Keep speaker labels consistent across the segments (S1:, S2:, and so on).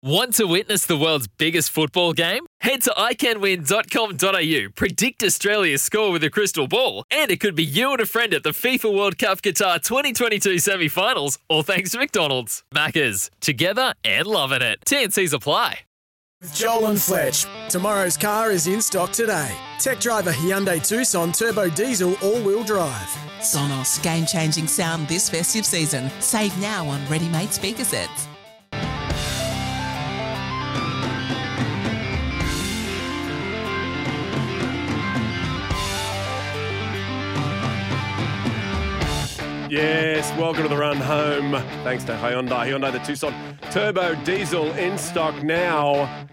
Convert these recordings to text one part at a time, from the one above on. S1: Want to witness the world's biggest football game? Head to iCanWin.com.au, predict Australia's score with a crystal ball, and it could be you and a friend at the FIFA World Cup Qatar 2022 semi finals, all thanks to McDonald's. Maccas, together and loving it. TNCs apply.
S2: With Joel and Fletch, tomorrow's car is in stock today. Tech driver Hyundai Tucson Turbo Diesel All Wheel Drive.
S3: Sonos game changing sound this festive season. Save now on ready made speaker sets.
S4: Yes, welcome to the run home. Thanks to Hyundai. Hyundai, the Tucson Turbo Diesel in stock now.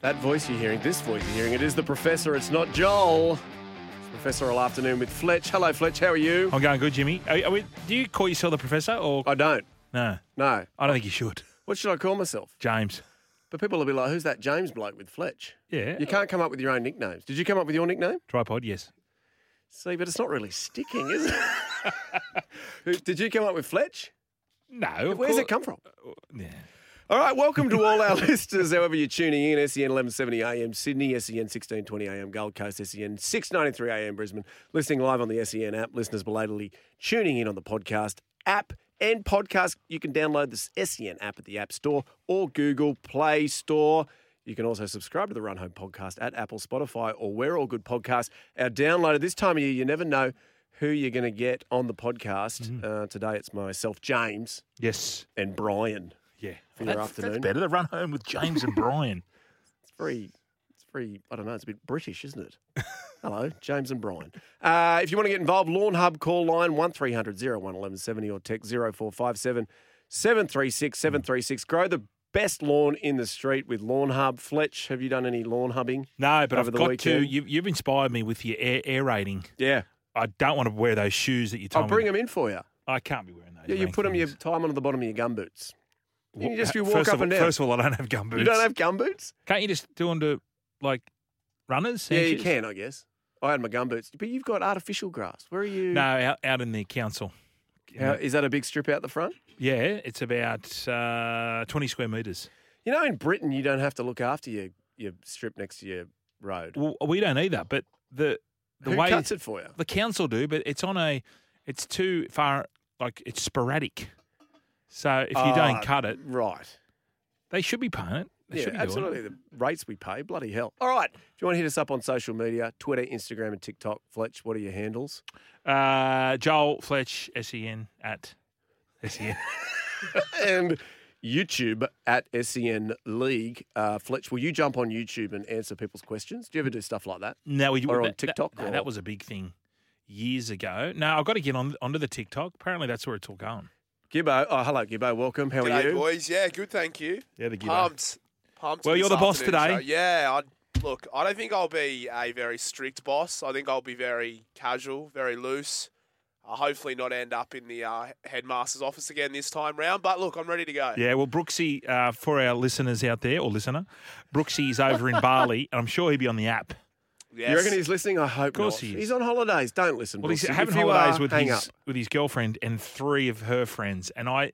S4: That voice you're hearing, this voice you're hearing, it is the professor. It's not Joel. It's professor all afternoon with Fletch. Hello, Fletch. How are you?
S5: I'm going good, Jimmy. Are, are we, do you call yourself the professor or
S4: I don't.
S5: no?
S4: No.
S5: I don't think you should,
S4: What should I call myself?
S5: James.
S4: But people will be like, who's that James bloke with Fletch?
S5: Yeah,
S4: You can't come up with your own nicknames. Did you come up with your nickname?
S5: tripod. Yes,
S4: See, but it's not really sticking, is it? Who- Did you come up with Fletch?
S5: no. of
S4: Where's
S5: cour-
S4: it come from?
S5: Yeah.
S4: All right, welcome to all our listeners, however you're tuning in. E SEN 1170 AM Sydney, E SEN 1620 AM Gold Coast, E SEN 693 AM Brisbane. Listening live on the SEN app, listeners belatedly tuning in on the podcast app and podcast. You can download the SEN app at the App Store or Google Play Store. You can also subscribe to the Run Home podcast at Apple, Spotify, or where all good podcasts are downloaded. This time of year, you never know who you're going to get on the podcast. Uh, today, it's myself, James,
S5: Yes.
S4: and Brian.
S5: Yeah.
S4: For your
S5: That's-
S4: afternoon.
S5: That's better. The run home with James and Brian.
S4: very, it's very, I don't know, it's a bit British, isn't it? Hello, James and Brian. Uh, if you want to get involved, Lawn Hub call line 1300 01 1170 or text 0457 736 736. Grow the best lawn in the street with Lawn Hub. Fletch, have you done any lawn hubbing?
S5: No, but
S4: Over the
S5: I've got to.
S4: weekend.
S5: You, you've inspired me with your air, aerating.
S4: Yeah.
S5: I don't want to wear those shoes that you told
S4: I'll bring
S5: me.
S4: them in for you.
S5: I can't be wearing those.
S4: Yeah, you
S5: rank
S4: put them, you
S5: things.
S4: tie them onto the bottom of your gum boots. You can just you
S5: First
S4: walk
S5: of
S4: up and
S5: all-
S4: down.
S5: First of all, I don't have gum boots.
S4: you don't have gum boots?
S5: Can't you just do onto like runners?
S4: Yeah, you
S5: Sanches?
S4: can, I guess. I had my gum boots, but you've got artificial grass. Where are you?
S5: No, out, out in the council.
S4: How, is that a big strip out the front?
S5: Yeah, it's about uh, twenty square meters.
S4: You know, in Britain, you don't have to look after your, your strip next to your road.
S5: Well, we don't either, but the the
S4: Who
S5: way
S4: cuts it for you?
S5: the council do, but it's on a, it's too far, like it's sporadic. So if you
S4: Ah,
S5: don't cut it,
S4: right?
S5: they should be paying it. They
S4: yeah,
S5: should be doing it.
S4: absolutely. The rates we pay, bloody hell. All right. If you want to hit us up on social media, Twitter, Instagram, and TikTok, Fletch, what are your handles?
S5: Uh, Joel Fletch Sen at E Sen.
S4: and YouTube at SEN League. Uh, Fletch, will you jump on YouTube and answer people's questions? Do you ever do stuff like that?
S5: no, we
S4: Or on
S5: that- that-
S4: TikTok
S5: no,
S4: or-
S5: that was a big thing years ago. No, I've got to get on onto the TikTok. Apparently, that's where it's all going.
S4: Gibbo, oh hello, Gibbo, welcome. How
S6: G'day,
S4: are you?
S6: boys. Yeah, good. Thank you.
S5: Yeah, the giveaway.
S6: Pumped. Pumped.
S5: Well,
S6: for
S5: you're
S6: this
S5: the boss
S6: afternoon
S5: today.
S6: show. Yeah. I, look, I don't think I'll be a very strict boss. I think I'll be very casual, very loose. I'll hopefully not end up in the uh, headmaster's office again this time round. But look, I'm ready to go.
S5: Yeah, well, Brooksy, uh, for our listeners out there or listener, Brooksy's over in Bali, and I'm sure he'll be on the app.
S6: Yes.
S4: You reckon he's listening? I hope
S5: course
S4: not.
S5: he is.
S4: He's on holidays. Don't listen.
S5: Well, he's
S4: Brooksy.
S5: having
S4: If you
S5: holidays
S4: are,
S5: with
S4: hang
S5: his
S4: up.
S5: with his girlfriend and three of her friends. And I,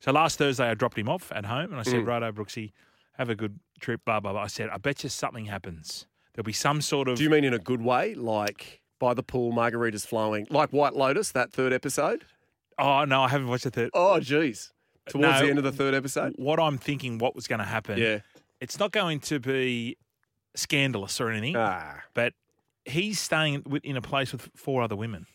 S5: so last Thursday I dropped him off at home, and I
S4: Mm.
S5: said, "Righto, Brooksy, have a good trip." Blah blah blah. I said, "I bet you something happens. There'll be some sort of
S4: Do you mean in a good way, like by the pool, margaritas flowing, like White Lotus, that third episode?
S5: oh no, I haven't watched the third.
S4: Oh, geez, towards
S5: No.
S4: the end of the third episode.
S5: What I'm thinking, what was going to happen?
S4: Yeah.
S5: it's not going to be scandalous or anything,
S4: Ah,
S5: but." He's staying with- in a place with four other women.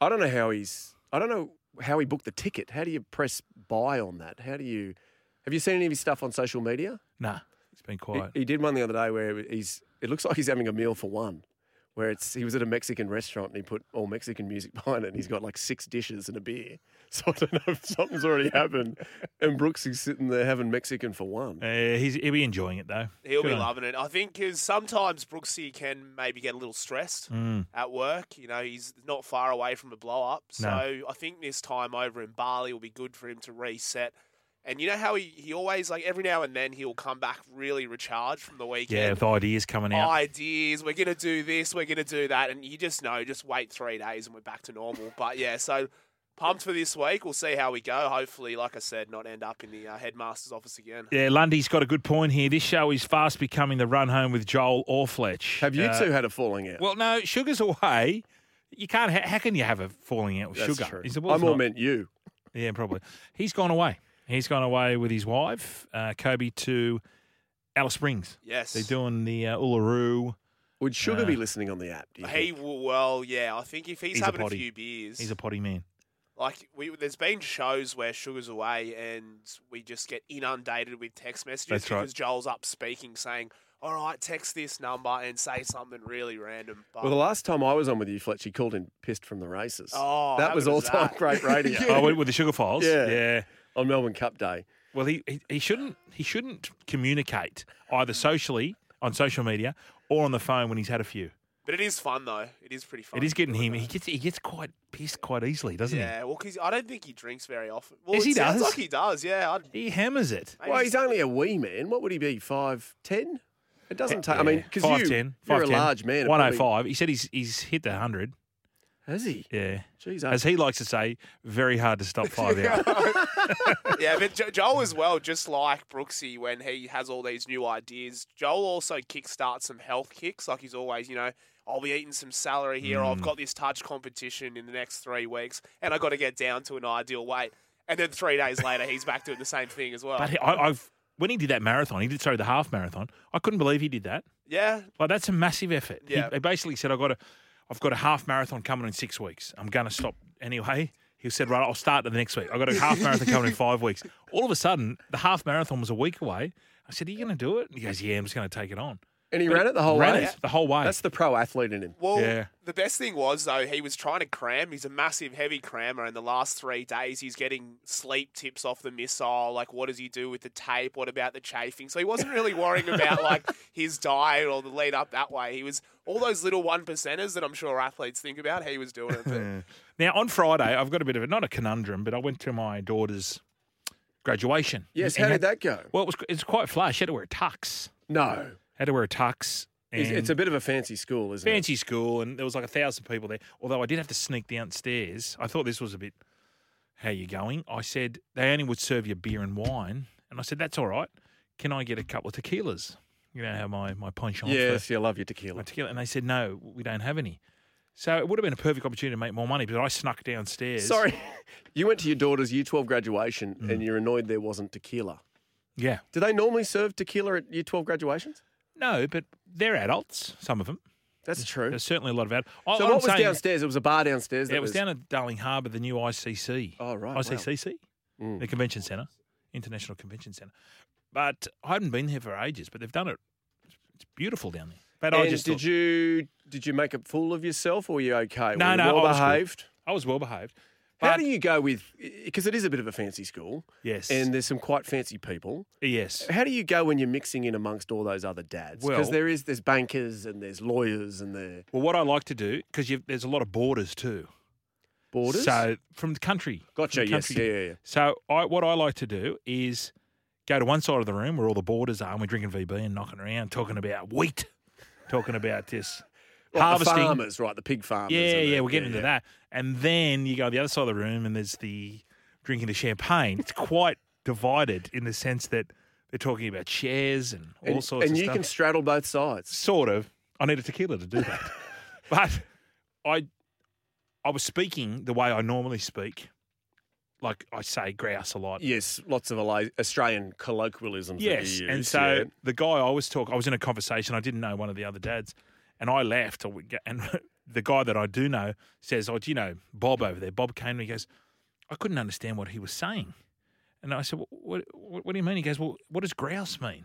S4: I don't know how he's. I don't know how he booked the ticket. How do you press buy on that? How do you? Have you seen any of his stuff on social media?
S5: Nah, it's been
S4: He,
S5: quiet.
S4: he did one the other day where he's. It looks like he's having a meal for one. Where it's he was at a Mexican restaurant and he put all Mexican music behind it and he's got like six dishes and a beer. So I don't know if something's already happened. And Brooks is sitting there having Mexican for one.
S5: Uh, he's, he'll be enjoying it though.
S6: He'll
S5: Good
S6: be
S5: on him.
S6: loving it. I think because sometimes Brooksy can maybe get a little stressed
S5: Mm,
S6: at work. You know, he's not far away from a blow up. So I think this time over in Bali will be good for him to reset. And you know how he, he always, like, every now and then he'll come back really recharged from the
S5: Yeah,
S6: weekend.
S5: with ideas coming out.
S6: Ideas, we're going to do this, we're going to do that. And you just know, just wait three days and we're back to normal. But yeah, so pumped for this week. We'll see how we go. Hopefully, like I said, not end up in the uh, headmaster's office again.
S5: Yeah, Lundy's got a good point here. This show is fast becoming the run home with Joel or Fletch.
S4: Have you
S5: Uh,
S4: two had a falling out?
S5: Well, no, Sugar's away. You can't. ha- How can you have a falling out with
S4: That's
S5: Sugar?
S4: true.
S5: He's the
S4: I
S5: world's
S4: more
S5: not-
S4: meant you.
S5: Yeah, probably. He's gone away. He's gone away with his wife, uh, Kobe, to Alice Springs.
S6: Yes,
S5: They're doing the uh, Uluru.
S4: Would Sugar
S5: No.
S4: be listening on the app? Do you
S6: He
S4: think?
S6: will, well, yeah. I think if he's,
S5: He's a
S6: having a,
S5: potty.
S6: few beers,
S5: He's a potty man.
S6: like we, there's been shows where Sugar's away and we just get inundated with text messages
S5: That's right.
S6: because Joel's up speaking, saying, "All right, text this number and say something really random." But
S4: Well, the last time I was on with you, Fletch, you called in pissed from the races.
S6: Oh,
S4: that
S6: how
S4: was
S6: good
S4: all
S6: was
S4: time
S6: that?
S4: great radio
S5: Oh, with- with the Sugar Files.
S4: Yeah.
S5: yeah.
S4: on Melbourne Cup Day.
S5: Well, he, he he shouldn't he shouldn't communicate either socially on social media or on the phone when he's had a few.
S6: but it is fun though. It is pretty fun.
S5: It is getting
S6: doing
S5: him.
S6: that.
S5: He gets he gets quite pissed quite easily, doesn't
S6: yeah, well, 'cause I don't think he drinks very often. Well,
S5: Yes,
S6: it
S5: he
S6: sounds
S5: does.
S6: like he does. Yeah, I'd,
S5: he? He hammers it.
S6: maybe
S4: Well,
S6: just-
S4: he's only a wee man. What would he be? Five ten? It doesn't take. I mean, because you,
S5: 5'10",
S4: you're a
S5: 5'10",
S4: large man. it
S5: 105.
S4: probably-
S5: He said he's he's hit the hundred.
S4: Has he?
S5: Yeah,
S4: Jeez,
S5: as he likes to say, very hard to stop five out.
S6: yeah, but Jo- Joel as well, just like Brooksy, when he has all these new ideas, Joel also kickstarts some health kicks. Like he's always, you know, I'll be eating some celery here.
S5: Mm.
S6: I've got this touch competition in the next three weeks, and i got to get down to an ideal weight. And then three days later, he's back doing the same thing as well.
S5: But he, I, I've when he did that marathon, he did sorry the half marathon. I couldn't believe he did that.
S6: yeah,
S5: Like that's a massive effort. He-
S6: Yeah.
S5: He, basically said, "I've got a, I've got a half marathon coming in six weeks. I'm going to stop anyway." He said, "Right, I'll start it the next week. I've got a half marathon coming in five weeks." All of a sudden, the half marathon was a week away. I said, "Are you going to do it?" And he goes, "Yeah, I'm just going to take it on."
S4: and he ran it the whole
S5: Ran
S4: way.
S5: it the whole way.
S4: That's the pro athlete in him.
S6: Well,
S5: Yeah.
S6: the best thing was though he was trying to cram. He's a massive, heavy crammer, and the last three days he's getting sleep tips off the missile. Like, what does he do with the tape? What about the chafing? So he wasn't really worrying about like his diet or the lead up that way. He was all those little one percenters that I'm sure athletes think about. He was doing it. But
S5: now on Friday, I've got a bit of a not a conundrum, but I went to my daughter's graduation.
S4: Yes.
S5: And
S4: How
S5: had-
S4: did that go?
S5: Well, it was it's quite flash. She had to wear a tux.
S4: No,
S5: Had to wear a tux.
S4: it's,
S5: and-
S4: it's a bit of a fancy school, isn't
S5: fancy school, and there was like a thousand people there. Although I did have to sneak downstairs. I thought this was a bit. How you going? I said they only would serve you beer and wine, and I said that's all right. Can I get a couple of tequilas? You know how my my
S4: it?
S5: penchant for
S4: Yes, you love your tequila.
S5: my tequila, and they said no, we don't have any. So it would have been a perfect opportunity to make more money, but I snuck downstairs.
S4: Sorry, you went to your daughter's Year Twelve graduation,
S5: Mm.
S4: and you're annoyed there wasn't tequila.
S5: yeah,
S4: Do they normally serve tequila at Year Twelve graduations?
S5: no, but they're adults. Some of them.
S4: That's true.
S5: There's certainly a lot of adults.
S4: So what was downstairs? It was a bar downstairs.
S5: Yeah,
S4: that
S5: it was down at Darling Harbour, the new ICC.
S4: Oh, right, wow. Mm.
S5: ICCC, the convention centre, International Convention Centre. But I hadn't been here for ages, but they've done it. It's beautiful down there. But I
S4: And
S5: just
S4: did
S5: thought-
S4: you did you make a fool of yourself, or were you okay?
S5: No,
S4: Were you
S5: no,
S4: well
S5: I was good.
S4: behaved.
S5: I was well behaved.
S4: How
S5: But
S4: do you go with? Because it is a bit of a fancy school,
S5: Yes.
S4: and there's some quite fancy people.
S5: yes.
S4: How do you go when you're mixing in amongst all those other dads? Because
S5: Well-
S4: there is there's bankers and there's lawyers and there
S5: Well, what I like to do because there's a lot of borders too.
S4: borders.
S5: So from the country. from
S4: gotcha.
S5: the
S4: Yes.
S5: country.
S4: Yeah. Yeah. yeah.
S5: So I, what I like to do is go to one side of the room where all the borders are, and we're drinking VB and knocking around, talking about wheat, talking about this
S4: Like the
S5: harvesting.
S4: farmers, right? The pig farmers.
S5: Yeah,
S4: and the-
S5: yeah, we're getting into that. And then you go to the other side of the room and there's the drinking the champagne. It's quite divided in the sense that they're talking about shares and all
S4: And,
S5: sorts
S4: and
S5: of
S4: you
S5: stuff.
S4: can straddle both sides.
S5: sort of. I need a tequila to do that. but I I was speaking the way I normally speak. Like I say grouse a lot.
S4: Yes, lots of Ala- Australian colloquialisms. that
S5: Yes,
S4: you
S5: and
S4: use,
S5: so
S4: yeah.
S5: the guy I was talking, I was in a conversation. I didn't know one of the other dads, and I left. I went- And the guy that I do know says, "Oh, do you know Bob over there?" Bob came and he goes, "I couldn't understand what he was saying," and I said, "Wha- "What? What, what do you mean?" He goes, "Well, what does grouse mean?"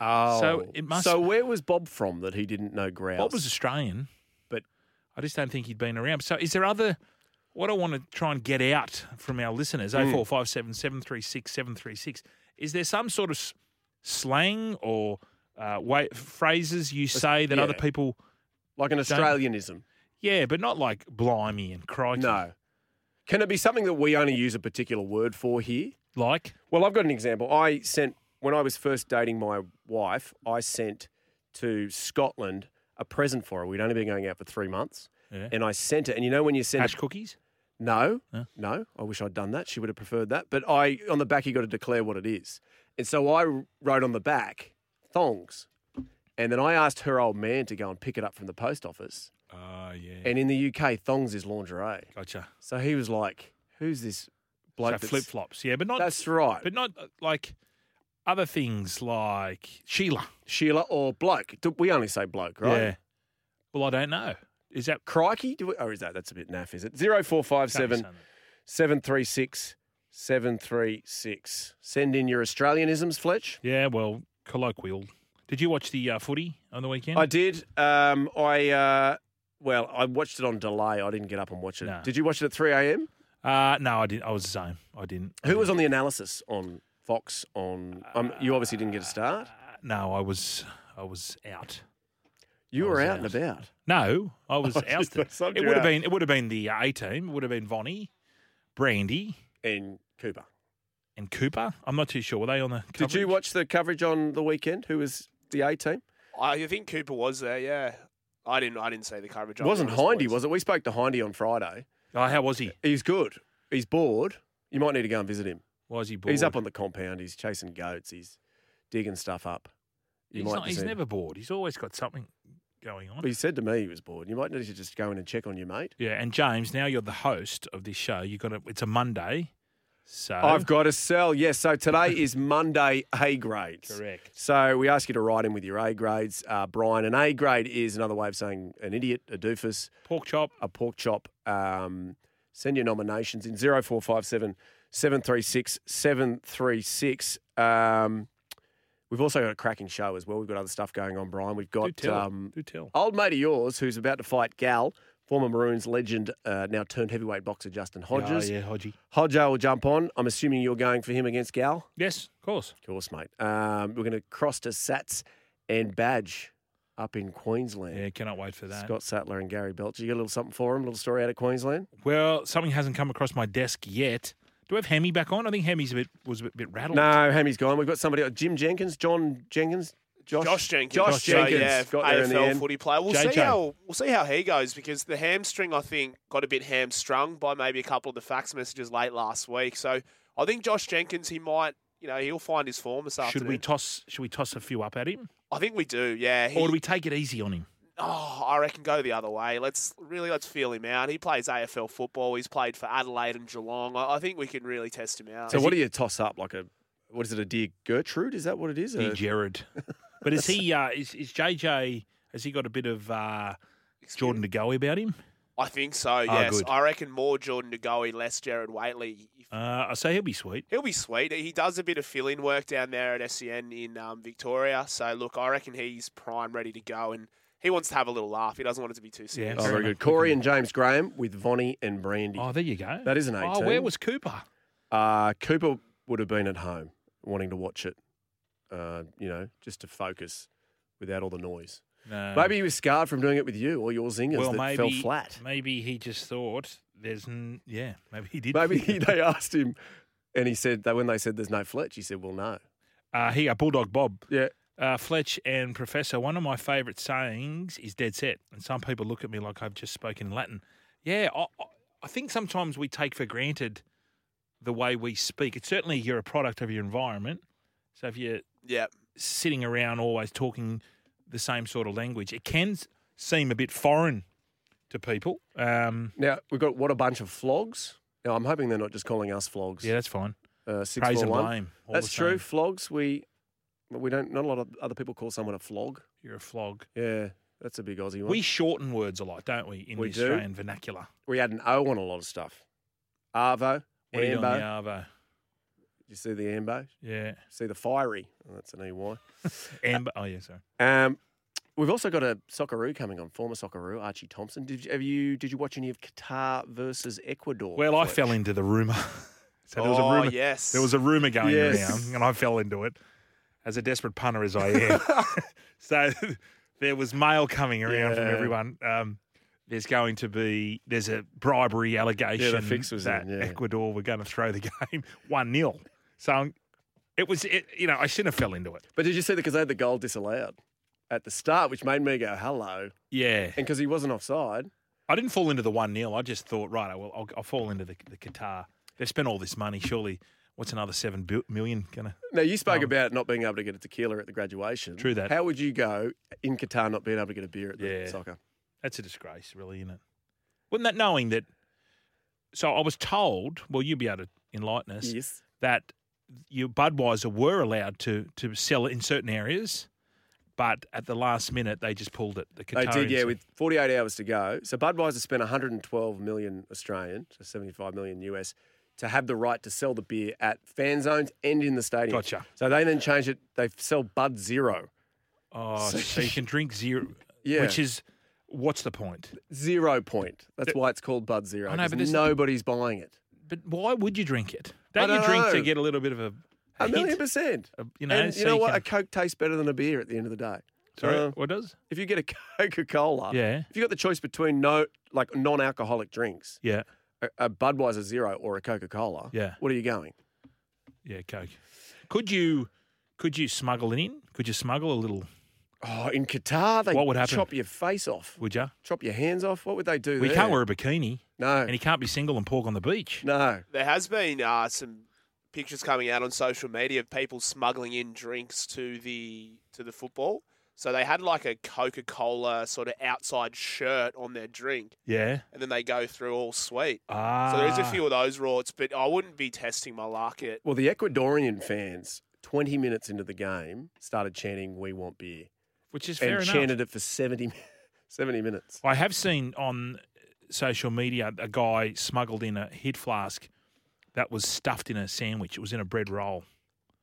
S4: Oh,
S5: So it must-
S4: So where was Bob from that he didn't know grouse?
S5: Bob was Australian,
S4: But-
S5: I just don't think he'd been around. So, is there other? What I want to try and get out from our listeners:
S4: Hmm.
S5: oh four five seven seven three six seven three six. Is there some sort of s- slang or uh, way, phrases you say that other
S4: yeah.
S5: people?
S4: like an Australianism?
S5: Yeah, but not like blimey and crikey.
S4: No. Can it be something that we only use a particular word for here?
S5: like
S4: Well, I've got an example. I sent when I was first dating my wife, I sent to Scotland a present for her. We'd only been going out for three months,
S5: Yeah.
S4: and I sent it. And you know when you send
S5: hash
S4: a,
S5: cookies.
S4: No,
S5: Yeah.
S4: no. I wish I'd done that. She would have preferred that. But I, on the back, you got to declare what it is. And so I wrote on the back thongs, and then I asked her old man to go and pick it up from the post office. Ah,
S5: Oh, yeah.
S4: And in the UK, thongs is lingerie.
S5: gotcha.
S4: So he was like, "Who's this bloke?"
S5: so
S4: that's-
S5: flip flops. Yeah, but not.
S4: That's right,
S5: But not uh, like other things like Sheila.
S4: Sheila or bloke. Do- We only say bloke, right?
S5: Yeah. Well, I don't know. Is that
S4: Crikey, do we, or is that that's a bit naff? Is it
S5: can't be
S4: 0457
S5: saying that.
S4: 736 736. Send in your Australianisms, Fletch.
S5: Yeah, well, colloquial. Did you watch the uh, footy on the weekend?
S4: I did. Um, I uh, well, I watched it on delay. I didn't get up and watch it.
S5: No.
S4: Did you watch it at three a.m.?
S5: Uh, no, I didn't. I was the same. I didn't. Uh, I
S4: Who was
S5: didn't.
S4: on the analysis on Fox? On um, you obviously didn't get a start.
S5: Uh, no, I was. I was out.
S4: You were
S5: was
S4: out and
S5: out.
S4: about.
S5: No, I was
S4: I was just
S5: ousted.
S4: about to
S5: It
S4: say,
S5: would have
S4: yeah.
S5: been. It would have been the A team. It would have been Vonnie, Brandy,
S4: In Cooper.
S5: and Cooper. I'm not too sure. Were they on the? Coverage?
S4: Did you watch the coverage on the weekend? Who was the A team?
S6: I think Cooper was there. Yeah, I didn't. I didn't see the coverage.
S4: It wasn't Hindy, was it? We spoke to Hindy on Friday.
S5: Oh, how was he?
S4: He's good. He's bored. You might need to go and visit him.
S5: Was he bored?
S4: He's up on the compound. He's chasing goats. He's digging stuff up. You
S5: He's,
S4: might
S5: not,
S4: just
S5: he's
S4: need-
S5: never bored. He's always got something going on.
S4: But he said to me he was bored. You might need to just go in and check on your mate.
S5: Yeah, and James, now you're the host of this show. You got to, It's a Monday, so
S4: I've got to sell. Yes. So today is Monday A grades.
S5: Correct.
S4: So we ask you to write in with your A grades, uh, Brian. An A grade is another way of saying an idiot, a doofus,
S5: pork chop.
S4: a pork chop. Um, send your nominations in 0457 736 736. Um, we've also got a cracking show as well. We've got other stuff going on, Brian. We've
S5: Do
S4: got
S5: tell.
S4: um,
S5: Do tell.
S4: old mate of yours who's about to fight Gal, former Maroons legend, uh, now turned heavyweight boxer Justin Hodges.
S5: Oh, yeah, Hodgie.
S4: Hodjo will jump on. I'm assuming you're going for him against Gal.
S5: Yes, of course.
S4: Of course, mate. Um, we're going to cross to Sats and Badge up in Queensland.
S5: Yeah, cannot wait for that.
S4: Scott Sattler and Gary Belcher. You got a little something for him? A little story out of Queensland?
S5: Well, something hasn't come across my desk yet. Do I have Hemi back on? I think Hemi's a bit was a bit, bit rattled.
S4: No, Hammy's gone. We've got somebody. uh, Jim Jenkins, John Jenkins, Josh,
S6: Josh Jenkins.
S4: Josh,
S5: Josh
S6: So,
S4: Jenkins
S6: yeah,
S4: got there in the
S6: AFL
S4: end.
S6: footy player. We'll see
S5: JJ.
S6: how we'll see how he goes because the hamstring I think got a bit hamstrung by maybe a couple of the fax messages late last week. So I think Josh Jenkins he might you know he'll find his form this
S5: Should
S6: afternoon.
S5: we toss? Should we toss a few up at him,
S6: I think we do. Yeah. He,
S5: or do we take it easy on him?
S6: oh, I reckon go the other way. Let's really let's feel him out. He plays AFL football. He's played for Adelaide and Geelong. I, I think we can really test him out.
S4: So, what do you toss up? Like a, what is it, a dear Gertrude? Is that what it is?
S5: Dear
S4: A-
S5: Jared. But is he? Uh, is, is JJ? Has he got a bit of uh, Jordan to go about him?
S6: I think so.
S5: Ah,
S6: Yes,
S5: good.
S6: I reckon more Jordan Ngoe, less Jared Waitley. If
S5: Uh, I say he'll be sweet.
S6: He'll be sweet. He does a bit of fill-in work down there at SEN in um, Victoria. So look, I reckon he's prime, ready to go, and he wants to have a little laugh. He doesn't want it to be too serious.
S4: oh,
S5: Fair
S4: very
S5: enough.
S4: good. Corey and James Graham with Vonnie and Brandy.
S5: Oh, there you go.
S4: That is an
S5: Oh,
S4: 18.
S5: where was Cooper?
S4: Uh, Cooper would have been at home wanting to watch it, uh, you know, just to focus without all the noise.
S5: No.
S4: Maybe he was scarred from doing it with you or your zingers
S5: Um, well,
S4: that
S5: maybe
S4: fell flat.
S5: Maybe he just thought there's n- yeah. Maybe he did.
S4: Maybe he, they asked him, and he said that when they said there's no Fletch, he said, "Well, no."
S5: uh, here, Bulldog Bob.
S4: Yeah.
S5: Uh, Fletch and Professor, one of my favourite sayings is dead set. And some people look at me like I've just spoken Latin. Yeah, I, I- I think sometimes we take for granted the way we speak. It's certainly you're a product of your environment. So if you're
S6: Yeah,
S5: sitting around always talking the same sort of language, it can s- seem a bit foreign to people. Um,
S4: Now we've got what a bunch of flogs. Now I'm hoping they're not just calling us flogs.
S5: yeah, that's fine.
S4: uh, six
S5: Praise and
S4: four one.
S5: blame. all
S4: That's
S5: the
S4: true.
S5: same.
S4: Flogs. We we don't. Not a lot of other people call someone a flog.
S5: You're a flog.
S4: Yeah, that's a big Aussie one.
S5: We shorten words a lot, don't we, in
S4: We
S5: the
S4: do.
S5: Australian vernacular?
S4: we had an O on a lot of stuff. Arvo,
S5: What do you do on the
S4: Ambo.
S5: Arvo?
S4: You see the Ambo?
S5: Yeah.
S4: See the fiery? Oh, that's an EY.
S5: Amber. Oh, yeah, sorry.
S4: Um, we've also got a Socceroo coming on. Former Socceroo Archie Thompson. Did you, have you did you watch any of Qatar versus Ecuador?
S5: Well, I
S4: Fletch?
S5: fell into the rumor. so there was
S6: Oh,
S5: a rumor.
S6: yes.
S5: There was a rumor going
S4: Yes.
S5: around, and I fell into it as a desperate punter as I am. so there was mail coming around from
S4: Yeah.
S5: everyone. Um, there's going to be there's a bribery allegation
S4: fix was
S5: that
S4: in, yeah.
S5: Ecuador were going to throw the game one 0 So it was it, you know I shouldn't have fell into it.
S4: But did you see that because they had the goal disallowed at the start, which made me go hello,
S5: Yeah.
S4: and because he wasn't offside,
S5: I didn't fall into the one 0 I just thought, right, well, I'll, I'll fall into the, the Qatar. They've spent all this money. Surely, what's another seven bu- million gonna?
S4: Now you spoke
S5: Um,
S4: about not being able to get a tequila at the graduation.
S5: True that.
S4: How would you go in Qatar not being able to get a beer at the
S5: Yeah.
S4: soccer?
S5: That's a disgrace, really, isn't it? Wouldn't that knowing that? So I was told. Well, you'd be able to enlighten us
S4: Yes.
S5: that your Budweiser were allowed to to sell it in certain areas, but at the last minute they just pulled it. The
S4: They did,
S5: Qatarians
S4: yeah, with 48 hours to go. So Budweiser spent 112 million Australian, so 75 million US, to have the right to sell the beer at fan zones and in the stadium.
S5: Gotcha.
S4: So they then changed it. They sell Bud Zero.
S5: oh, so you can drink zero,
S4: Yeah.
S5: which is what's the point?
S4: Zero point. That's why it's called Bud Zero.
S5: I know, but
S4: 'cause
S5: this-
S4: nobody's buying it.
S5: But why would you drink it?
S4: I
S5: Don't you
S4: don't
S5: drink
S4: know.
S5: to get a little bit of a, a
S4: A million
S5: hit?
S4: percent.
S5: Uh, you know,
S4: and
S5: so
S4: you know
S5: you
S4: what?
S5: can-
S4: A Coke tastes better than a beer at the end of the day.
S5: Sorry,
S4: Uh,
S5: what does?
S4: if you get a Coca Cola,
S5: Yeah.
S4: if you got the choice between no like non alcoholic drinks,
S5: Yeah,
S4: a, a Budweiser Zero or a Coca Cola,
S5: Yeah.
S4: what are you going?
S5: yeah, Coke. Could you could you smuggle it in? Could you smuggle a little?
S4: Oh, in Qatar, they
S5: What would happen?
S4: chop your face off,
S5: Would you?
S4: chop your hands off. What would they do?
S5: We
S4: there?
S5: can't wear a bikini,
S4: No,
S5: and he can't be single and pork on the beach.
S4: no.
S6: There has been uh, some pictures coming out on social media of people smuggling in drinks to the to the football. So they had like a Coca Cola sort of outside shirt on their drink,
S5: Yeah.
S6: and then they go through all sweet.
S5: Ah.
S6: So there is a few of those rorts, but I wouldn't be testing my luck at.
S4: Well, the Ecuadorian fans, twenty minutes into the game, started chanting "We want beer"
S5: which is
S4: and
S5: fair enough.
S4: chanted it for 70, 70 minutes.
S5: I have seen on social media a guy smuggled in a hid flask that was stuffed in a sandwich. It was in a bread roll.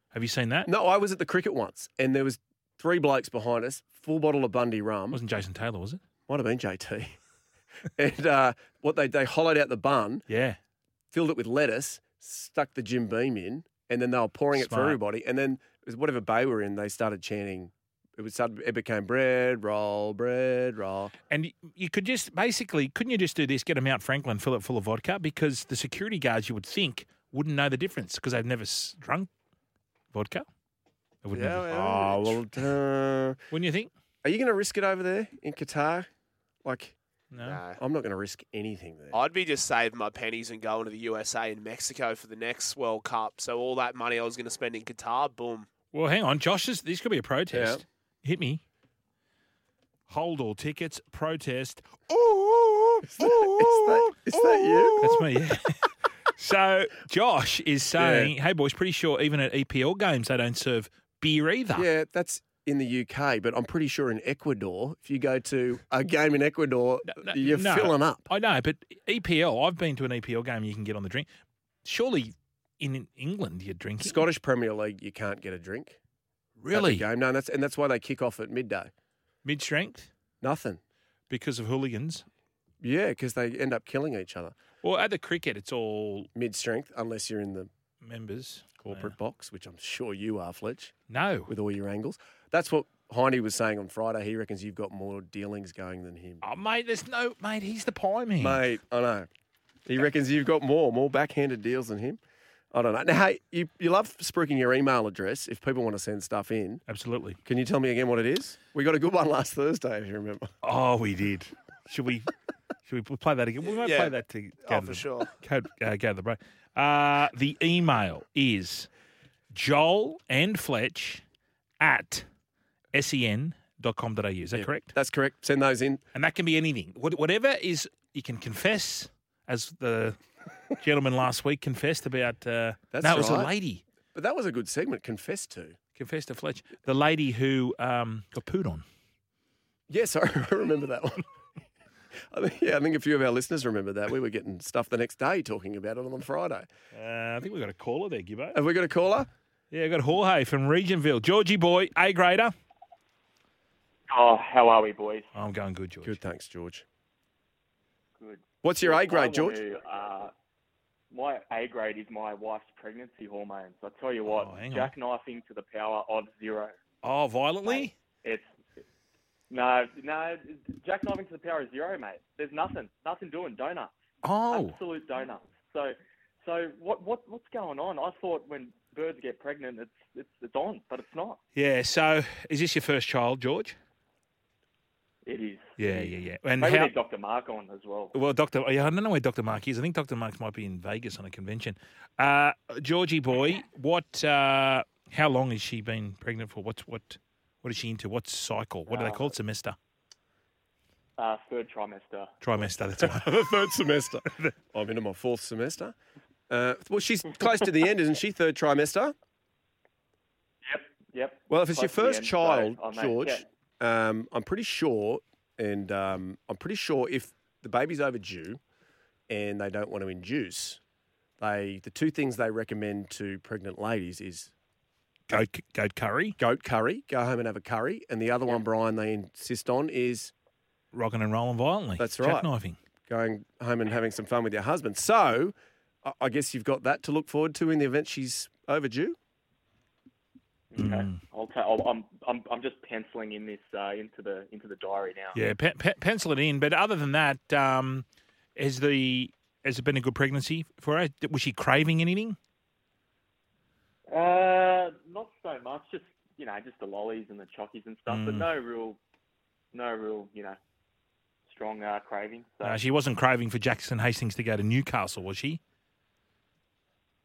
S5: Have you seen that?
S4: No, I was at the cricket once, and there was three blokes behind us, full bottle of Bundy rum.
S5: It wasn't Jason Taylor, was it?
S4: Might have been JT. and uh, what they they hollowed out the bun,
S5: Yeah.
S4: filled it with lettuce, stuck the Jim Beam in, and then they were pouring it for
S5: Smart.
S4: everybody. And then it was whatever bay we were in, they started chanting. It was started, it became bread roll, bread roll.
S5: And y- you could just basically, couldn't you just do this? Get a Mount Franklin, fill it full of vodka, because the security guards you would think wouldn't know the difference because they've never s- drunk vodka. They would never.
S4: oh well. duh.
S5: Wouldn't you think?
S4: are you going to risk it over there in Qatar? Like,
S5: No.
S6: No.
S4: I'm not going to risk anything there.
S6: I'd be just saving my pennies and going to the USA and Mexico for the next World Cup. So all that money I was going to spend in Qatar, boom.
S5: Well, hang on, Josh. This, this could be a protest. Hit me. Hold all tickets. Protest.
S4: Is that- is that- is that you?
S5: That's me. Yeah. so Josh is saying, "Hey boys, pretty sure even at EPL games they don't serve beer either."
S4: Yeah, that's in the UK, but I'm pretty sure in Ecuador, if you go to a game in Ecuador,
S5: No,
S4: you're
S5: no.
S4: filling up.
S5: I know, but EPL. I've been to an EPL game. You can get on the drink. Surely in England you're drinking.
S4: Scottish Premier League, you can't get a drink. at the
S5: really
S4: game. No, that's and that's why they kick off at midday.
S5: mid strength
S4: Nothing.
S5: because of hooligans.
S4: Yeah, because they end up killing each other
S5: Well, at the cricket, it's all
S4: mid strength, unless you're in the
S5: members Uh,
S4: corporate box, which I'm sure you are, Fletch,
S5: No,
S4: with all your angles. That's what Heine was saying on Friday. He reckons you've got more dealings going than him.
S5: Oh, mate, there's no mate. He's the pie man.
S4: Mate, I know. He reckons you've got more, more backhanded deals than him. I don't know. Now, hey, you, you love spruiking your email address if people want to send stuff in.
S5: Absolutely.
S4: Can you tell me again what it is? We got a good one last Thursday, if you remember.
S5: Oh, we did. Should we? should we play that again? We might
S6: Yeah.
S5: play that to
S6: Oh,
S5: gather
S6: for
S5: the-
S6: sure.
S5: Code, uh, gather the break. Uh, the email is Joel and Fletch at E sen.com.au. Is that Oh, correct?
S4: That's correct. Send those in.
S5: And that can be anything. What, whatever is, you can confess, as the gentleman last week confessed about. Uh,
S4: That's
S5: no, it was a
S4: right.
S5: lady.
S4: But that was a good segment, confess to.
S5: Confessed to Fletch. The lady who um, got pooed on.
S4: Yes, I remember that one. I think, yeah, I think a few of our listeners remember that. We were getting stuff the next day talking about it on Friday.
S5: Uh, I think we got a caller there, Gibbo.
S4: Have we got a caller?
S5: Yeah, I got Jorge from Regionville. Georgie boy, A grader.
S7: Oh, how are we, boys?
S5: I'm going good, George.
S4: Good, thanks, George.
S7: Good.
S4: What's your A
S7: I
S4: grade,
S7: want
S4: George?
S7: to, uh, my A grade is my wife's pregnancy hormones. I tell you
S5: Oh,
S7: what,
S5: hang on.
S7: jackknifing to the power of zero.
S5: Oh, violently?
S7: It's no, no, jackknifing to the power of zero, mate. There's nothing, nothing doing donuts.
S5: Oh,
S7: Absolute donuts. So, so what, what, what's going on? I thought when birds get pregnant, it's, it's, it's on, but it's not.
S5: yeah. So, is this your first child, George?
S7: It is.
S5: Yeah, yeah, yeah. And
S7: Maybe
S5: how,
S7: need Dr. Mark on as well.
S5: Well, Doctor, yeah, I don't know where Doctor Mark is. I think Doctor Mark might be in Vegas on a convention. Uh, Georgie boy, what? Uh, how long has she been pregnant for? What's what? What is she into? What cycle? What do they call it? Semester,
S7: Uh, third trimester.
S5: trimester. That's right.
S4: the third semester. I'm into my fourth semester. Uh, well, she's close to the end, isn't she? Third trimester.
S7: Yep. Yep.
S4: Well, if it's
S7: Close to
S4: your
S7: the
S4: first
S7: end, so
S4: child,
S7: I may-
S4: George,
S7: oh, yeah.
S4: um, I'm pretty sure, and um, I'm pretty sure if the baby's overdue and they don't want to induce, they the two things they recommend to pregnant ladies is
S5: goat, goat curry,
S4: goat curry, go home and have a curry, and the other one, Brian, they insist on is
S5: rocking and rolling violently.
S4: That's right.
S5: Jackknifing.
S4: going home and having some fun with your husband. So, I- I guess you've got that to look forward to in the event she's overdue.
S7: Okay.
S5: Mm.
S7: I'll ta- I'll, I'm, I'm, I'm just penciling in this uh, into the into the diary now.
S5: Yeah, pe- pe- pencil it in. But other than that, um, has the has it been a good pregnancy for her? Was she craving anything?
S7: Uh, not so much. Just you know, just the lollies and the chockies and stuff,
S5: Mm.
S7: but no real, no real, you know, strong uh, craving. So
S5: No, she wasn't craving for Jackson Hastings to go to Newcastle, was she?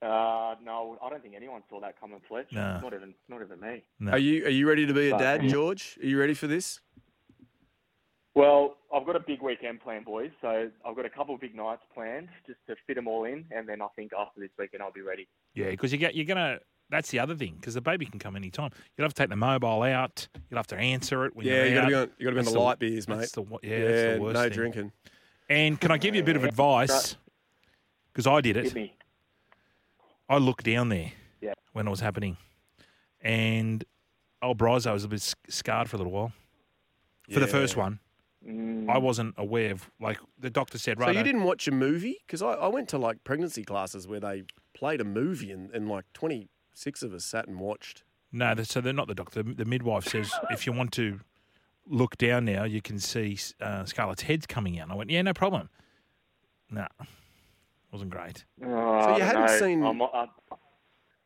S7: uh, no, I don't think anyone saw that coming, Fletch.
S5: No.
S7: Not even, not even me.
S5: No.
S4: Are you are you ready to be a
S7: But-
S4: dad, George? Are you ready for this?
S7: Well, I've got a big weekend planned, boys. So I've got a couple of big nights planned just to fit them all in, and then I think after this weekend I'll be ready.
S5: Yeah, because you get you're gonna. That's the other thing because the baby can come anytime. You'll have to take the mobile out. You'll have to answer it when
S4: Yeah,
S5: you're
S4: you got to
S5: out.
S4: be on. You got to be on
S5: That's
S4: the,
S5: the-
S4: light beers, mate.
S5: that's the wo- yeah, that's the worst
S4: no
S5: thing.
S4: drinking.
S5: And can I give you a bit of advice? Because I did
S7: Hit
S5: it.
S7: me.
S5: I looked down there
S7: Yeah.
S5: when it was happening, and old Brizo was a bit sc- scarred for a little while. For the
S4: Yeah.
S5: first one,
S7: Mm.
S5: I wasn't aware of like the doctor said.
S4: So
S5: Right,
S4: you didn't watch a movie? Because I, I went to like pregnancy classes where they played a movie and, and like twenty six of us sat and watched.
S5: No, the- so they're not the doctor. The midwife says if you want to look down now, you can see uh, Scarlett's head's coming out. And I went, yeah, no problem. No, wasn't great.
S7: Oh,
S4: So
S7: I
S4: you
S7: don't
S4: hadn't
S7: know.
S4: seen-
S7: I'm, uh,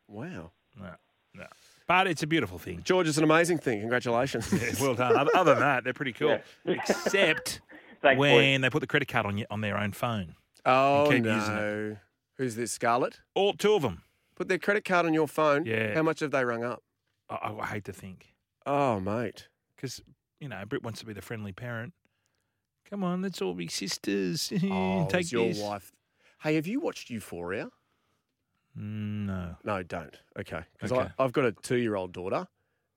S4: Wow,
S5: No, no. But it's a beautiful thing.
S4: George, it's an amazing thing. Congratulations.
S5: Well done. Other- Other than that, they're pretty cool. Except
S7: thanks, boys.
S5: when they put the credit card on you, on their own phone.
S4: oh
S5: You keep using it.
S4: no, who's this? Scarlett.
S5: All two of them.
S4: Put their credit card on your phone.
S5: Yeah.
S4: How much have they rung up?
S5: I, I- I hate to think
S4: Oh mate,
S5: because you know Brit wants to be the friendly parent. Come on, let's all be sisters.
S4: oh,
S5: Take
S4: is your
S5: this.
S4: wife. Hey, have you watched Euphoria?
S5: Mm, No.
S4: No, don't. Okay, because
S5: Okay.
S4: I've got a two-year-old daughter,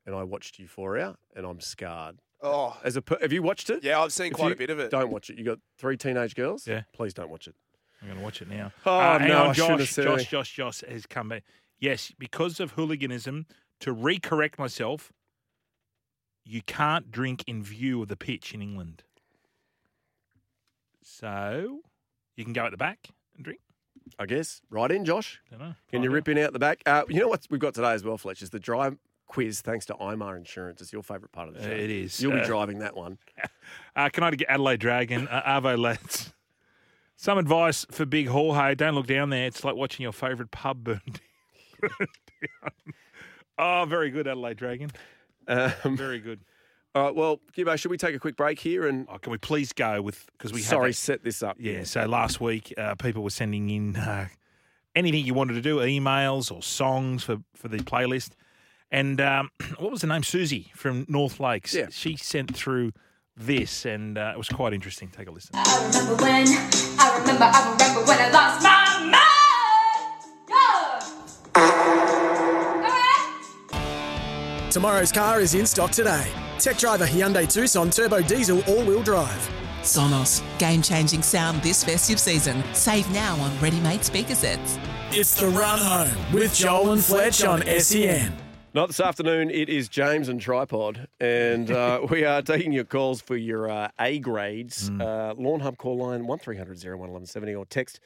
S4: and I watched Euphoria, and I'm scarred.
S6: Oh,
S4: As a, per- have you watched it?
S6: yeah, I've seen
S4: If
S6: quite
S4: you
S6: a bit of it.
S4: Don't watch it. You got three teenage girls.
S5: Yeah.
S4: Please don't watch it.
S5: I'm going to watch it now.
S4: Oh,
S5: Uh, hang
S4: no,
S5: on,
S4: I shouldn't have
S5: Josh,
S4: said
S5: Josh,
S4: anything.
S5: Josh, Josh has come back. Yes, because of hooliganism, to recorrect myself, you can't drink in view of the pitch in England. So you can go at the back and drink.
S4: I guess. Right in, Josh.
S5: Don't know.
S4: Can you rip in out the back? Uh, you know what we've got today as well, Fletch, is the drive quiz thanks to IMAR Insurance. It's your favourite part of the show.
S5: It is.
S4: You'll be
S5: Uh,
S4: driving that one.
S5: Uh, can I get Adelaide Dragon, uh, Arvo lads? Some advice for Big Jorge. Don't look down there. It's like watching your favourite pub burn down. oh, very good, Adelaide Dragon.
S4: Um,
S5: Very good.
S4: all right, well, Gibbo, should we take a quick break here and
S5: Oh, can we please go with because we had
S4: sorry,
S5: that-
S4: set this up?
S5: yeah. So last week, uh, people were sending in uh, anything you wanted to do, emails or songs for for the playlist. And um, what was the name? Susie from North Lakes.
S4: Yeah.
S5: She sent through this, and uh, it was quite interesting. Take a listen.
S8: I remember when, I remember, I remember when I lost my mind. Yeah. Alright.
S2: Tomorrow's car is in stock today. Tech driver Hyundai Tucson turbo diesel all-wheel drive.
S3: Sonos, game changing sound this festive season. Save now on ready made speaker sets.
S2: It's the run home with Joel and Fletch on E SEN.
S4: Not this afternoon. It is James and Tripod, and uh, we are taking your calls for your uh, A grades.
S5: Mm.
S4: Uh, Lawn Hub call line one 1170 or text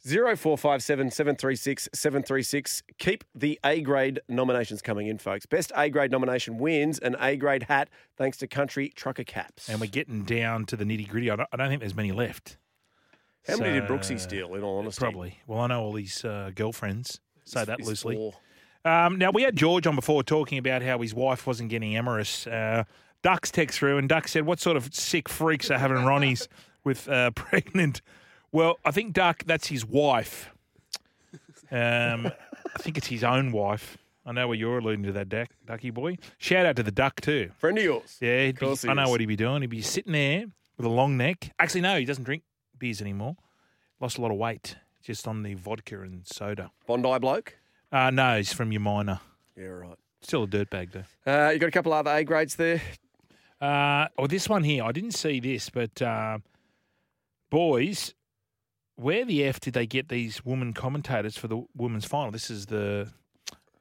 S4: 0457 736 736. Keep the A grade nominations coming in, folks. Best A grade nomination wins an A grade hat thanks to Country Trucker Caps.
S5: And we're
S4: Hmm.
S5: getting down to the nitty gritty. I don't, I don't think there's many left.
S4: How many did
S5: So-
S4: Brooksy steal, in all honesty?
S5: uh, Probably. Well, I know all these uh, girlfriends. Say that
S4: It's
S5: loosely.
S4: four.
S5: Um, now, we had George on before talking about how his wife wasn't getting amorous. Uh, Ducks text through, and Duck said, "What sort of sick freaks are having Ronnie's with uh, pregnant?" Well, I think Duck, that's his wife. Um, I think it's his own wife. I know where you're alluding to that, Duck, Ducky boy. Shout out to the Duck too.
S4: Friend of yours.
S5: Yeah, he'd be,
S4: course he
S5: I know
S4: is.
S5: what he'd be doing. He'd be sitting there with a long neck. Actually, no, he doesn't drink beers anymore. Lost a lot of weight just on the vodka and soda.
S4: Bondi bloke.
S5: Uh, no, he's from your minor.
S4: Yeah, right.
S5: Still a dirtbag though.
S4: Uh, you got a couple other A grades there.
S5: Uh, oh, this one here. I didn't see this, but uh, boys, where the f did they get these women commentators for the women's final? This is the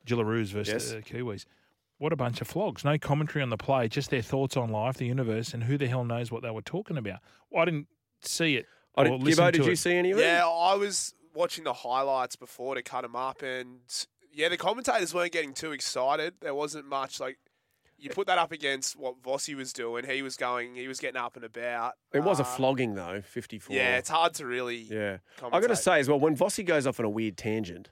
S5: Gillaroos
S4: Yes.
S5: versus the Kiwis. What a bunch of flogs! No commentary on the play, just their thoughts on life, the universe, and who the hell knows what they were talking about. Well, I didn't see it.
S4: I
S5: or
S4: didn't,
S5: Oh, listen
S4: Gibbo, did
S5: to
S4: you
S5: it.
S4: see any of
S6: Yeah,
S4: them?
S6: I was watching the highlights before to cut them up, and yeah, the commentators weren't getting too excited. There wasn't much like you put that up against what Vossi was doing. He was going, he was getting up and about.
S4: It was a
S6: Uh,
S4: flogging though, fifty-four.
S6: Yeah, it's hard to really.
S4: yeah. I got to
S6: commentate.
S4: say as well, when Vossi goes off on a weird tangent,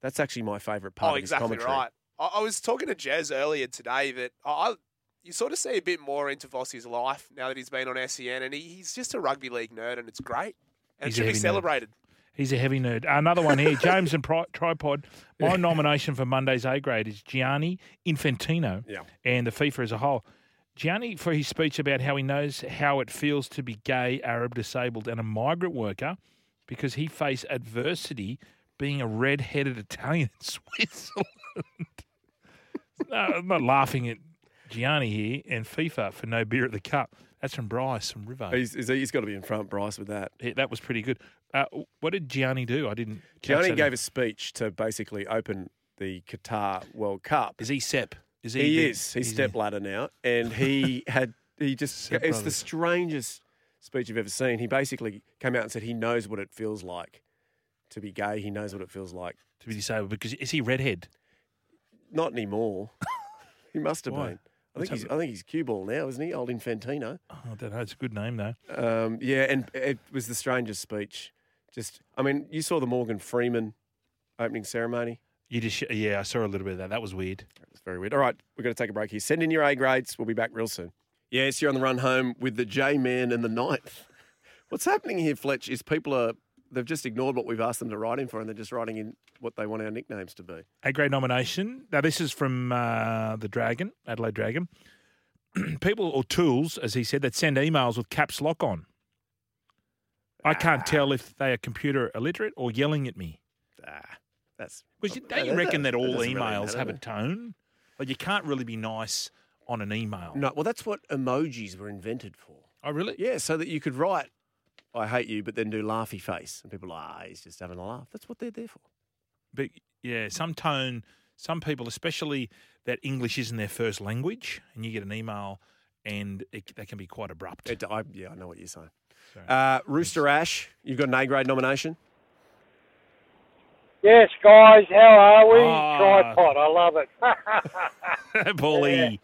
S4: that's actually my favourite part
S6: oh,
S4: of
S6: exactly
S4: his commentary.
S6: right. I, I was talking to Jez earlier today that I, I you sort of see a bit more into Vossi's life now that he's been on SEN, and he, he's just a rugby league nerd, and it's great, and
S5: He's
S6: it should
S5: a
S6: be
S5: heavy nerd.
S6: celebrated.
S5: He's a heavy nerd. Another one here, James and Pri- Tripod. My nomination for Monday's A grade is Gianni Infantino
S4: Yeah.
S5: and the FIFA as a whole. Gianni, for his speech about how he knows how it feels to be gay, Arab, disabled, and a migrant worker because he faced adversity being a red headed Italian in Switzerland. no, I'm not laughing at Gianni here and FIFA for no beer at the cup. That's from Bryce from River.
S4: He's, he's, he's got to be in front, Bryce, with that.
S5: Yeah, that was pretty good. Uh, what did Gianni do? I didn't. catch
S4: Gianni
S5: that.
S4: gave a speech to basically open the Qatar World Cup.
S5: Is he Sep? Is
S4: He
S5: the-
S4: is. He's
S5: is
S4: step ladder now, and he had he just
S5: Step
S4: it's the
S5: brothers.
S4: strangest speech you've ever seen. He basically came out and said he knows what it feels like to be gay. He knows what it feels like.
S5: to be disabled because is he redhead?
S4: Not anymore. he must have
S5: Why?
S4: been. I
S5: What's
S4: think he's I
S5: happened?
S4: think he's cue ball now, isn't he? Old Infantino.
S5: Oh, I don't know. It's a good name though.
S4: Um, yeah, and it was the strangest speech. Just I mean, you saw the Morgan Freeman opening ceremony.
S5: You just sh- yeah. I saw a little bit of that. That was weird.
S4: It's very weird. All right, we're going to take a break here. Send in your A grades. We'll be back real soon. Yes, you're on the run home with the J Man and the Ninth. What's happening here, Fletch, is people are, they've just ignored what we've asked them to write in for and they're just writing in what they want our nicknames to be.
S5: A grade nomination. Now this is from uh, the Dragon, Adelaide Dragon. People or tools, as he said, that send emails with caps lock on. I can't tell if they are computer illiterate or yelling at me.
S4: Ah, that's.
S5: Which
S4: that-
S5: don't you reckon that all
S4: doesn't really
S5: emails
S4: matter,
S5: have a
S4: does it?
S5: tone? Like you can't really be nice on an email.
S4: No, well, that's what emojis were invented for.
S5: Oh really?
S4: Yeah, so that you could write, I hate you, but then do laughy face. And people are like, ah, he's just having a laugh. That's what they're there for.
S5: but yeah, some tone, some people, especially that English isn't their first language, and you get an email, and it, that can be quite abrupt.
S4: It, I, yeah, I know what you're saying.
S5: Sorry.
S4: Uh, Rooster Ash, you've got an A grade nomination.
S9: Yes, guys, how are "Oh, we?
S5: Ah.
S9: Tripod, I love it.
S5: Paulie,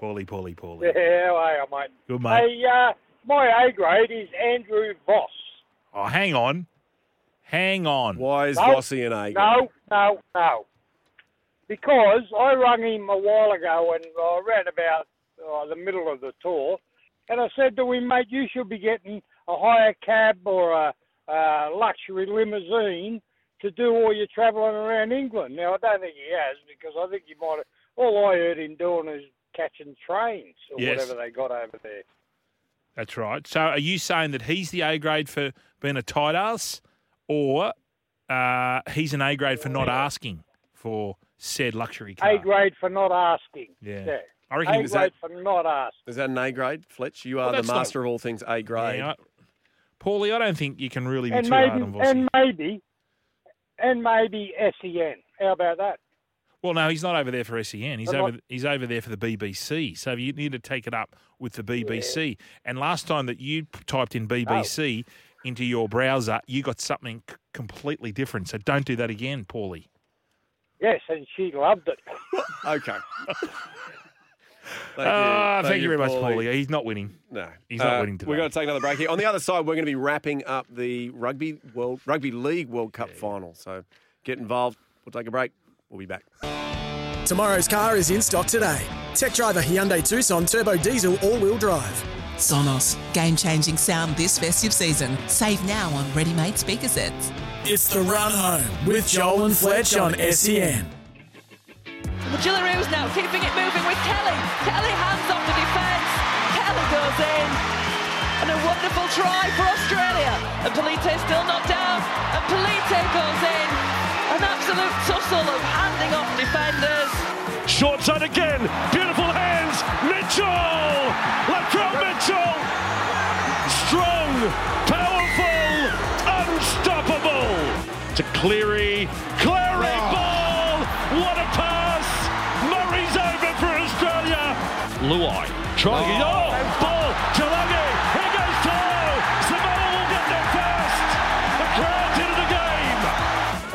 S5: Paulie, Paulie, Paulie.
S9: yeah, how are you, mate?
S5: Good mate.
S9: Hey, uh, my A grade is Andrew Voss.
S5: Oh, hang on, hang on.
S4: Why is
S9: No.
S4: Vossi an A grade?
S9: No, no, no. Because I rung him a while ago and uh, around about uh, the middle of the tour, and I said to him, mate, you should be getting a higher cab or a, uh luxury limousine to do all your travelling around England. Now, I don't think he has because I think he might have. All I heard him doing is catching trains or
S5: Yes.
S9: whatever they got over there.
S5: That's right. So, are you saying that he's the A grade for being a tight ass, or uh, he's an A grade for not asking for said luxury car?
S9: A grade for not asking.
S5: Ah. Yeah.
S9: yeah.
S5: I reckon
S9: A
S5: he
S9: grade
S5: was
S4: that-
S9: for not asking.
S4: Is that an A grade, Fletch? You
S5: Well,
S4: are the
S5: that's not-
S4: master of all things A grade.
S5: Yeah, I- Paulie, I don't think you can really be
S9: and
S5: too hard
S9: maybe
S5: on Vossi.
S9: and maybe and maybe SEN. How about that?
S5: Well, no, he's not over there for SEN. He's
S9: But
S5: over he's over there for the BBC. So you need to take it up with the BBC. And last time that you p- typed in BBC into your browser, you got something c- completely different. So don't do that again, Paulie.
S9: Yes, and she loved it.
S4: Okay.
S5: Thank ah, thank, you very much, Paulie. He's not winning.
S4: No, Uh,
S5: He's not winning today.
S4: We're going to take another break here. On the other side, we're going to be wrapping up the rugby world, rugby league World Cup final. So get involved. We'll take a break. We'll be back.
S2: Tomorrow's car is in stock today. Tech Driver Hyundai Tucson Turbo Diesel All Wheel Drive.
S3: Sonos, game changing sound this festive season. Save now on ready made speaker sets.
S2: It's the run home with Joel and Fletch on E SEN.
S10: Gillaroos now keeping it moving with Kelly. Kelly hands off the defence. Kelly goes in. And a wonderful try for Australia. And Polite still not down. And Polite goes in. An absolute tussle of handing off defenders.
S11: Short side again. Beautiful hands. Mitchell. Latrell Mitchell. Strong, powerful, unstoppable. To Cleary. Cleary ball. What a pass. Murray's over for Australia. Luai. Trying. Oh, ball. Talangi. Here goes Tao. Samoa will get there first. The crowd's in the game.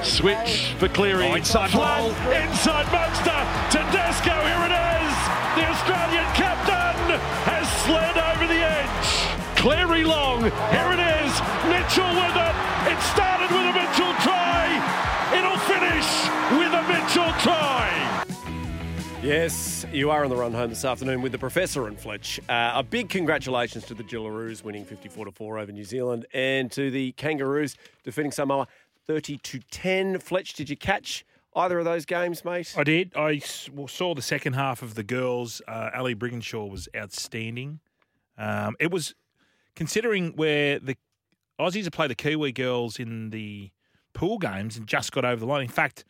S11: Switch for Cleary. inside ball. Inside Munster. Tedesco. Here it is. The Australian captain has slid over the edge. Cleary long. Here it is. Mitchell with it. It started with a Mitchell try. It'll finish with a Mitchell try.
S4: Yes, you are on the run home this afternoon with the Professor and Fletch. Uh, a big congratulations to the Gillaroos winning 54 to 4 over New Zealand and to the Kangaroos defeating Samoa 30 to 10. Fletch, did you catch either of those games, mate?
S5: I did. I s- well, saw the second half of the girls. Uh, Ali Brigginshaw was outstanding. Um, it was considering where the Aussies have played the Kiwi girls in the pool games and just got over the line. In fact,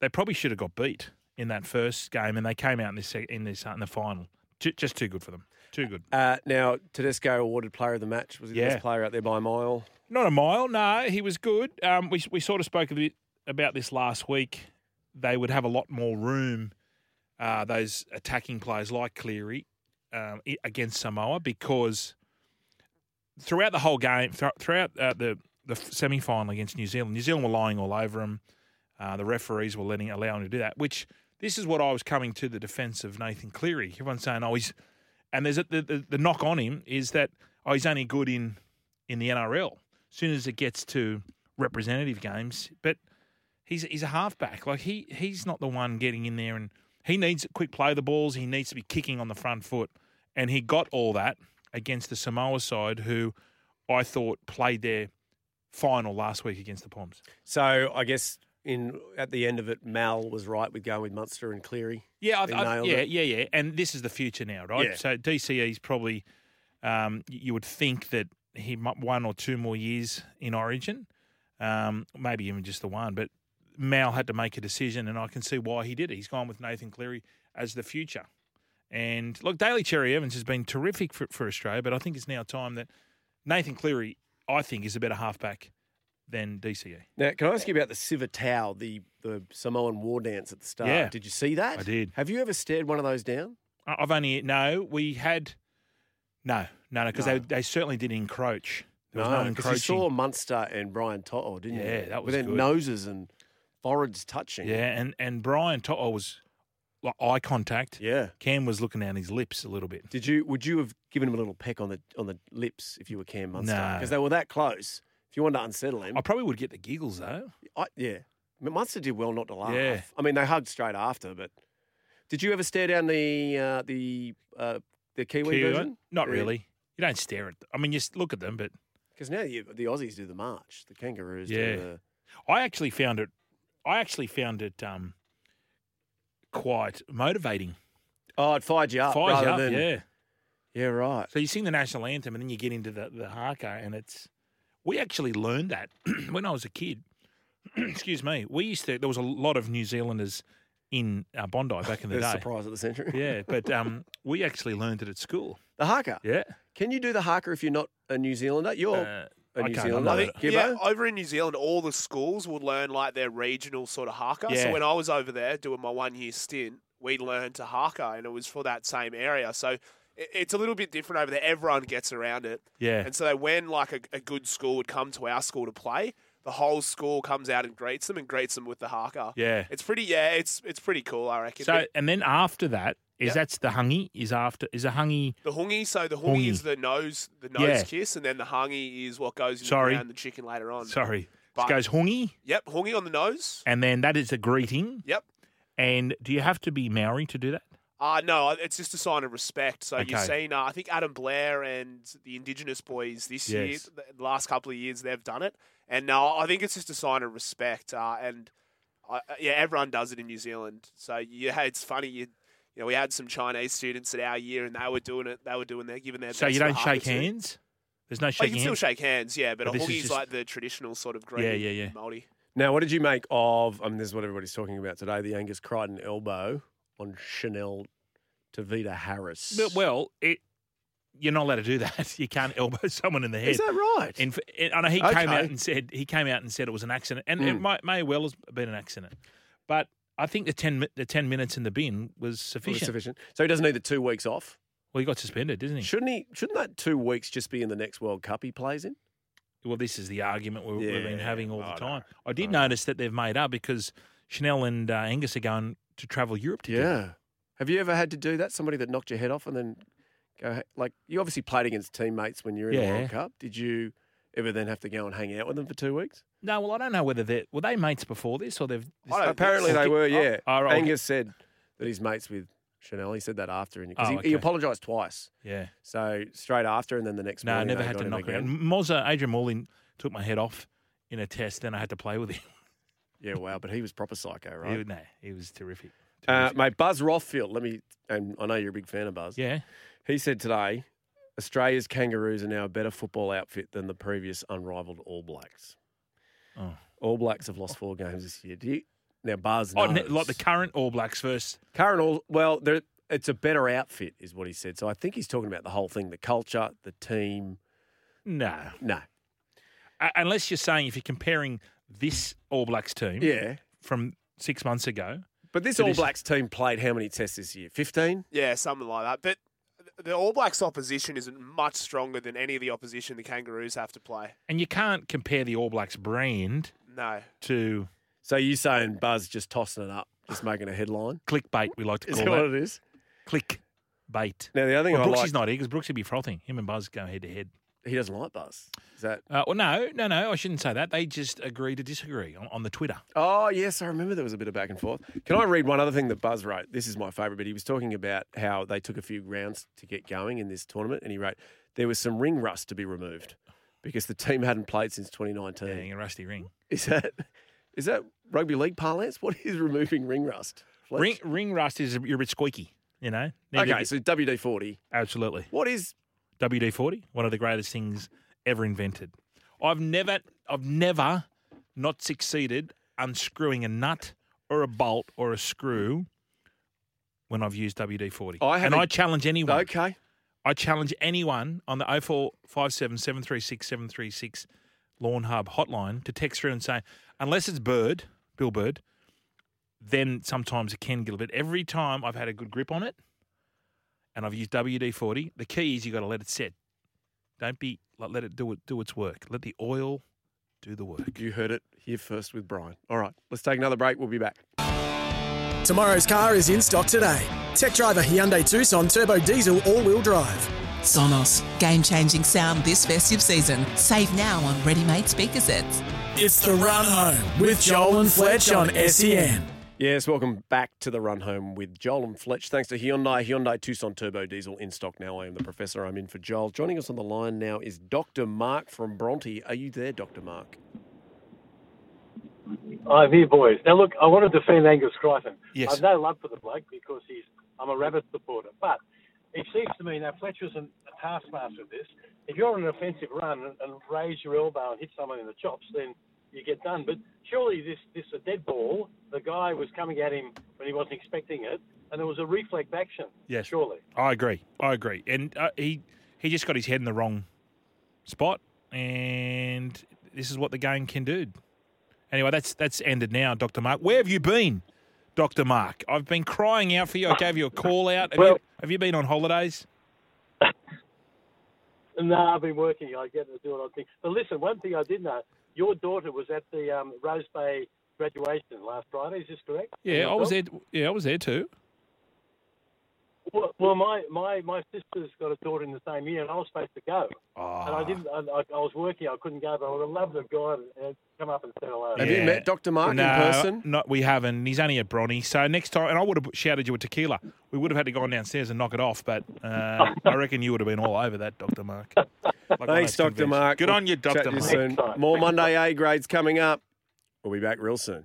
S5: they probably should have got beat in that first game, and they came out in this sec- in this uh, in the final. Ju- Just too good for them. Too good.
S4: Uh, now, Tedesco awarded player of the match. Was he the
S5: Yeah.
S4: best player out there by a mile?
S5: Not a mile. No, he was good. Um, we we sort of spoke a bit about this last week. They would have a lot more room. Uh, those attacking players like Cleary um, i- against Samoa because throughout the whole game, thro- throughout uh, the the semi final against New Zealand, New Zealand were lying all over them. Uh, the referees were letting allowing him to do that. Which this is what I was coming to the defence of Nathan Cleary. Everyone's saying, "Oh, he's," and there's a, the, the the knock on him is that oh, he's only good in in the NRL. As soon as it gets to representative games, but he's he's a halfback. Like he he's not the one getting in there and he needs quick play of the balls. He needs to be kicking on the front foot, and he got all that against the Samoa side, who I thought played their final last week against the Poms.
S4: So, I guess in at the end of it, Mal was right with going with Munster and Cleary.
S5: Yeah,
S4: They
S5: I've, I've,
S4: nailed
S5: yeah,
S4: it.
S5: yeah, yeah. And this is the future now, right?
S4: Yeah.
S5: So DCE's probably, um, y- you would think that he might one or two more years in Origin, um, maybe even just the one. But Mal had to make a decision, and I can see why he did it. He's gone with Nathan Cleary as the future. And look, Daly Cherry Evans has been terrific for, for Australia, but I think it's now time that Nathan Cleary, I think, is a better halfback than E. DCE.
S4: Now, can I ask you about the Civitao, the, the Samoan war dance at the start?
S5: Yeah.
S4: Did you see that?
S5: I did.
S4: Have you ever stared one of those down?
S5: I- I've only no. We had no, no, no, because
S4: No.
S5: they they certainly didn't encroach. There was no,
S4: because
S5: encroaching.
S4: you saw Munster and Brian Toto, didn't you?
S5: Yeah, that
S4: With
S5: was
S4: their
S5: good.
S4: noses and foreheads touching.
S5: yeah, and and Brian Toto was like eye contact.
S4: yeah.
S5: Cam was looking down his lips a little bit.
S4: Did you? Would you have given him a little peck on the on the lips if you were Cam Munster?
S5: No.
S4: because they were that close. If you wanted to unsettle him,
S5: I probably would get the giggles though.
S4: I, yeah, I mean, Munster did well not to laugh.
S5: Yeah.
S4: I mean they hugged straight after, but did you ever stare down the uh, the uh, the Kiwi,
S5: Kiwi,
S4: version?
S5: Not really. You don't stare at. Them. I mean, you just look at them, but
S4: because now you, the Aussies do the march, the Kangaroos
S5: Yeah.
S4: do the
S5: I actually found it. I actually found it um, quite motivating.
S4: oh, it fired you up
S5: Fires you
S4: rather
S5: up,
S4: than
S5: yeah.
S4: yeah, right.
S5: So you sing the national anthem, and then you get into the the haka, and it's we actually learned that when I was a kid. Excuse me. We used to. There was a lot of New Zealanders in uh, Bondi back in the
S4: The
S5: day.
S4: surprise of the century.
S5: Yeah, but um, we actually learned it at school.
S4: The haka.
S5: Yeah,
S4: Can you do the haka if you're not a New Zealander? You're
S5: Uh,
S4: a
S5: I
S4: New
S5: can't, I'm
S4: Zealander. I
S5: not
S4: think, Gibbo?
S6: Yeah, over in New Zealand, all the schools will learn like their regional sort of haka.
S5: Yeah.
S6: So when I was over there doing my one year stint, we learned to haka, and it was for that same area. So i- it's a little bit different over there. Everyone gets around it,
S5: yeah.
S6: and so when like a, a good school would come to our school to play, the whole school comes out and greets them and greets them with the haka.
S5: Yeah.
S6: it's pretty. Yeah, it's it's pretty cool. I reckon.
S5: So
S6: But
S5: and then after that is that's the hungi is after is a hungi.
S6: the hungi, so the hungi,
S5: Hungi.
S6: is the nose, the nose
S5: Yeah.
S6: kiss, and then the hangi is what goes in
S5: Sorry.
S6: the ground, the chicken later on.
S5: Sorry, it
S6: But-
S5: goes hungi,
S6: Yep, hungi on the nose.
S5: and then that is a greeting.
S6: Yep.
S5: And do you have to be Maori to do that?
S6: Uh, no, it's just a sign of respect. So you've
S5: Okay.
S6: seen, uh, I think Adam Blair and the Indigenous boys this year,
S5: Yes.
S6: th- the last couple of years, they've done it. And no, I think it's just a sign of respect. Uh, and I, yeah, everyone does it in New Zealand. So you, it's funny. You, you know, we had some Chinese students at our year, and they were doing it. They were doing their giving their.
S5: So
S6: best
S5: you
S6: for
S5: don't
S6: haka
S5: shake
S6: too.
S5: hands? There's no
S6: Oh,
S5: shaking
S6: you can still
S5: hands?
S6: shake hands, yeah. But,
S5: But
S6: a
S5: this is
S6: hoogie's
S5: just-
S6: like the traditional sort of greeting.
S5: yeah, yeah.
S6: Maori.
S4: Now, what did you make of? I mean, this is what everybody's talking about today: the Angus Crichton elbow on Chanel Tavita Harris.
S5: But, well, it, you're not allowed to do that. You can't elbow someone in the head.
S4: Is that right?
S5: In, f- I know he
S4: Okay.
S5: came out and said he came out and said it was an accident, and it
S4: Mm.
S5: might, may well have been an accident. But I think the ten mi- the ten minutes in the bin was
S4: Well, it's
S5: sufficient.
S4: sufficient. So he doesn't need the two weeks off.
S5: Well, he got suspended, didn't he?
S4: Shouldn't he? Shouldn't that two weeks just be in the next World Cup he plays in?
S5: Well, this is the argument we we've been
S4: Yeah,
S5: having all
S4: I
S5: the
S4: know.
S5: time. I did notice that they've made up because Chanel and uh, Angus are going to travel Europe together.
S4: Have you ever had to do that? Somebody that knocked your head off and then go ha- like you obviously played against teammates when you were in the
S5: Yeah.
S4: World Cup. Did you ever then have to go and hang out with them for two weeks?
S5: No, well, I don't know whether they're were they mates before this or they've.
S6: I don't-
S4: Apparently they
S5: Oh,
S4: were. Yeah.
S5: all right.
S4: Angus said that he's mates with Chanel. He said that after, and 'cause
S5: Oh,
S4: he, he
S5: okay.
S4: apologised twice.
S5: Yeah.
S4: So straight after, and then the next
S5: No, I
S4: morning.
S5: never
S4: they
S5: had
S4: got
S5: to
S4: him
S5: knock her out.
S4: again.
S5: Mozza, Adrian Morlin took my head off in a test, then I had to play with him.
S4: Yeah, wow, but he was proper psycho,
S5: He,
S4: right?
S5: was- no, he was terrific.
S4: Uh, mate, Buzz Rothfield. Let me, and I know you're a big fan of Buzz.
S5: Yeah.
S4: He said today, Australia's kangaroos are now a better football outfit than the previous unrivaled All Blacks.
S5: Oh.
S4: All Blacks have lost four games this year. Do you, now Buzz
S5: Oh,
S4: knows.
S5: ne- like the current All Blacks first.
S4: current All. Well, they're- it's a better outfit, is what he said. So I think he's talking about the whole thing: the culture, the team.
S5: No.
S4: No,
S5: Uh, unless you're saying if you're comparing this All Blacks team
S4: yeah,
S5: from six months ago.
S4: but this
S5: So
S4: All
S5: this-
S4: Blacks team played how many tests this year? Fifteen.
S6: Yeah, something like that. But th- the All Blacks opposition isn't much stronger than any of the opposition the Kangaroos have to play.
S5: And you can't compare the All Blacks brand
S6: No.
S5: to
S4: So you saying Buzz just tossing it up, just making a headline?
S5: clickbait, we like to
S4: Is
S5: call
S4: that what
S5: that.
S4: it is?
S5: Clickbait.
S4: Now the other thing
S5: Well,
S4: I
S5: Brooks
S4: like,
S5: is not here because Brooks would be frothing. Him and Buzz go head to head.
S4: he doesn't like Buzz. Is that?
S5: Uh, Well, no, no, no, I shouldn't say that. They just agree to disagree on, on the Twitter.
S4: Oh yes, I remember there was a bit of back and forth. Can I read one other thing that Buzz wrote? This is my favourite bit. He was talking about how they took a few rounds to get going in this tournament, and he wrote there was some ring rust to be removed because the team hadn't played since 2019.
S5: Yeah, in a rusty ring.
S4: Is that is that rugby league parlance? What is removing ring rust? Fletch?
S5: Ring, ring rust is you're a bit squeaky, you know? Need to
S4: Okay,
S5: get-
S4: so WD40.
S5: absolutely.
S4: What is?
S5: WD forty, one of the greatest things ever invented. I've never, I've never not succeeded unscrewing a nut or a bolt or a screw when I've used WD forty.
S4: I have
S5: and
S4: a-
S5: I challenge anyone.
S4: Okay,
S5: I challenge anyone on the 0457 736 736 Lawn Hub hotline to text through and say, unless it's Bird, Bill Bird, then sometimes it can get a bit. Every time I've had a good grip on it and I've used WD 40, the key is you got to let it set. Don't be, like, let it do, it do its work. Let the oil do the work.
S4: you heard it here first with Brian. All right, let's take another break. We'll be back.
S2: Tomorrow's car is in stock today. Tech driver Hyundai Tucson Turbo Diesel All Wheel Drive.
S3: Sonos, game changing sound this festive season. Save now on ready made speaker sets.
S2: It's the run home with Joel and Fletch on E SEN.
S4: Yes, welcome back to the run home with Joel and Fletch. Thanks to Hyundai, Hyundai Tucson Turbo Diesel in stock now. I am the professor. I'm in for Joel. Joining us on the line now is Dr. Mark from Bronte. Are you there, Dr. Mark?
S9: I'm here, boys. Now, look, I want to defend Angus Crichton.
S5: Yes.
S9: I've no love for the bloke because he's I'm a rabbit supporter. But it seems to me now Fletcher's an, a taskmaster of this. If you're on an offensive run and, and raise your elbow and hit someone in the chops, then you get done. But surely this this a dead ball. The guy was coming at him when he wasn't expecting it, and it was a reflex action.
S5: Yes.
S9: Surely.
S5: I agree. I agree. And uh, he he just got his head in the wrong spot, and this is what the game can do. Anyway, that's that's ended now, Doctor Mark. Where have you been, Doctor Mark? I've been crying out for you. I gave you a call out. Have, you,
S9: Well-
S5: have you been on holidays?
S9: No, I've been working. I get to do what I think. But listen, one thing I did know: your daughter was at the um, Rose Bay graduation last Friday. Is this correct?
S5: Yeah, I was there. Yeah, I was there too.
S9: Well, well, my, my, my sister's got a daughter in the same year, and I was supposed to go, and I didn't. I, I, I was working, I couldn't go, but I would have loved to have gone and come up and said hello.
S4: Have you met Dr. Mark in
S5: no,
S4: person?
S5: No, we haven't. He's only a bronny. So next time, and I would have shouted you a tequila. We would have had to go on downstairs and knock it off, but uh, I reckon you would have been all over that, Dr. Mark. Like one of
S4: Thanks,
S5: those
S4: Dr.
S5: conventions.
S4: Mark.
S5: Good on you,
S4: Chat
S5: Dr.
S4: to
S5: Mark.
S4: soon. More Monday A grades coming up. We'll be back real soon.